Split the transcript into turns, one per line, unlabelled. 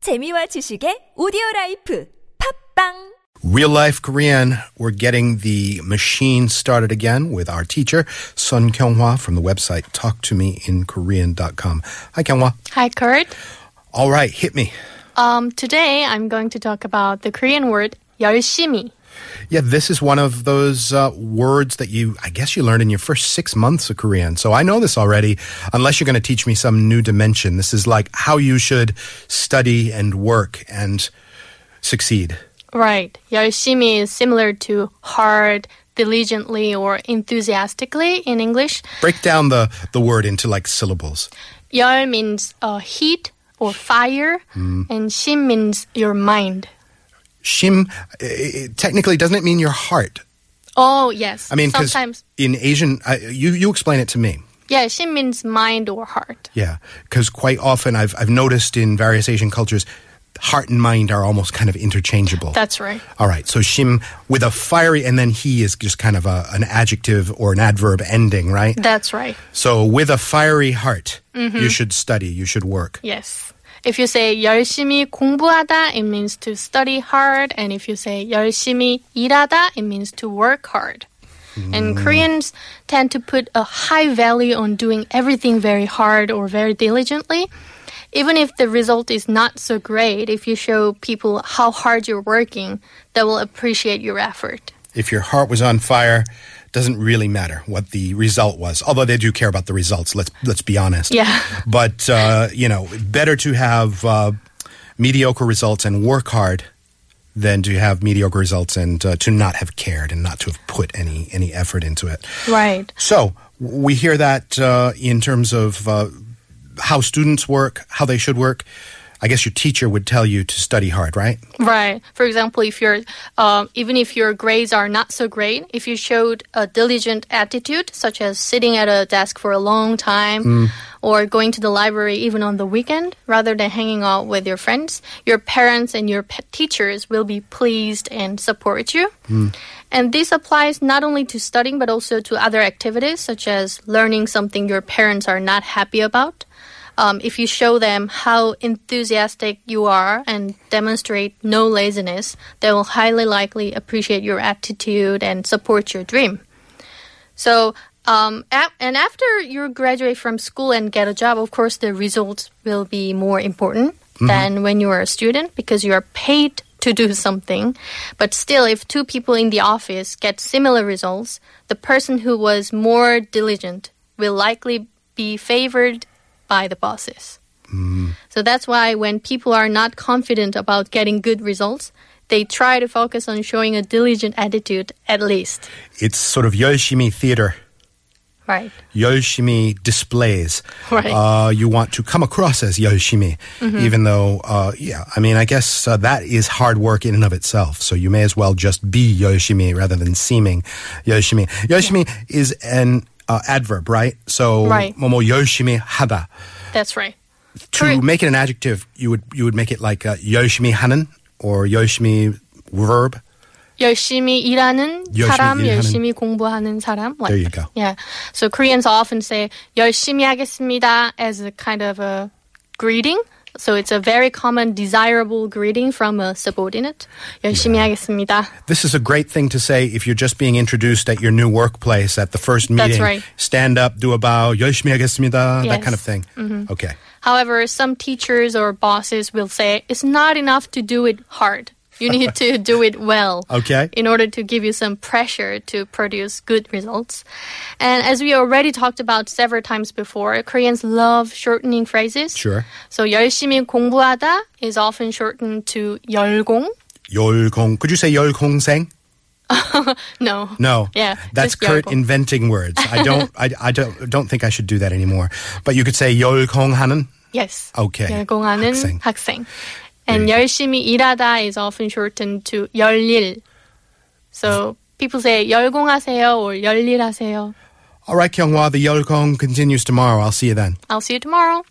재미와 지식의 오디오 라이프 팝빵
Real Life Korean. We're getting the machine started again with our teacher, Sun Kyunghwa, from the website talktomeinkorean.com. Hi, Kyunghwa.
Hi, Kurt.
All right, hit me.
Um, today I'm going to talk about the Korean word 열심히.
Yeah, this is one of those uh, words that you, I guess, you learned in your first six months of Korean. So I know this already, unless you're going to teach me some new dimension. This is like how you should study and work and succeed.
Right. 열심히 is similar to hard, diligently, or enthusiastically in English.
Break down the, the word into like syllables.
열 means uh, heat or fire,
Hmm.
and 심 means your mind.
Shim, eh, eh, technically, doesn't it mean your heart?
Oh, yes.
I mean, because
sometimes.
in Asian, I, you you explain it to me.
Yeah, 심 means mind or heart.
Yeah, because quite often I've I've noticed in various Asian cultures, heart and mind are almost kind of interchangeable.
That's right.
All right, so shim with a fiery, and then he is just kind of a, an adjective or an adverb ending, right?
That's right.
So with a fiery heart, you should study, you should work.
Yes. If you say 열심히 공부하다, it means to study hard, and if you say 열심히 일하다, it means to work hard. And Koreans tend to put a high value on doing everything very hard or very diligently. Even if the result is not so great, if you show people how hard you're working, they will appreciate your effort.
If your heart was on fire, doesn't really matter what the result was. Although they do care about the results. Let's let's be honest.
Yeah.
but uh, you know, better to have uh, mediocre results and work hard than to have mediocre results and uh, to not have cared and not to have put any any effort into it.
Right.
So w- we hear that uh, in terms of uh, how students work, how they should work. I guess your teacher would tell you to study hard, right?
Right. For example, if you're um, even if your grades are not so great, if you showed a diligent attitude, such as sitting at a desk for a long time or going to the library even on the weekend, rather than hanging out with your friends, your parents and your pe- teachers will be pleased and support you. And this applies not only to studying but also to other activities, such as learning something your parents are not happy about um, if you show them how enthusiastic you are and demonstrate no laziness, they will highly likely appreciate your attitude and support your dream. So, um, a- and after you graduate from school and get a job, of course, the results will be more important than when you are a student because you are paid to do something. But still, if two people in the office get similar results, the person who was more diligent will likely be favored by the bosses. So that's why when people are not confident about getting good results, they try to focus on showing a diligent attitude at least.
It's sort of Yoshimi theater.
Right.
Yoshimi displays.
Right. Mm-hmm.
Uh, you want to come across as Yoshimi, even though, uh, yeah, I mean, I guess uh, that is hard work in and of itself. So you may as well just be Yoshimi rather than seeming Yoshimi. Yoshimi is an uh, adverb, right? So,
Right.
Momo Yoshimi hada.
That's right.
To
Correct.
make it an adjective, you would you would make it like uh, Yoshimi hanan or Yoshimi verb.
열심히 일하는
열심히
사람,
일하는-
열심히 공부하는 사람. Like
There you
that.
go.
Yeah. So Koreans often say 열심히 하겠습니다 as a kind of a greeting. So it's a very common desirable greeting from a subordinate. 열심히 하겠습니다.
This is a great thing to say if you're just being introduced at your new workplace at the first meeting.
That's right.
Stand up, do a bow, yoshimi agasmida, that
Yes. Mm-hmm.
kind of thing. Okay.
However, some teachers or bosses will say it's not enough to do it hard. You need to do it well.
Okay.
In order to give you some pressure to produce good results. And as we already talked about several times before, Koreans love shortening phrases.
Sure.
So 열심히 공부하다 is often shortened to 열공.
Yolkong. Could you say yolkong seng?
No.
No.
Yeah,
That's
just
Kurt
yolkong.
inventing words. I don't I, I don't don't think I should do that anymore. But you could say yolkong hanan.
Yes.
Okay.
열공하는
학생.
학생. And 열심히 일하다 is often shortened to 열일. So people say 열공하세요 or 열일하세요.
All right, Kyunghwa, the yolkong continues tomorrow. I'll see you then.
I'll see you tomorrow.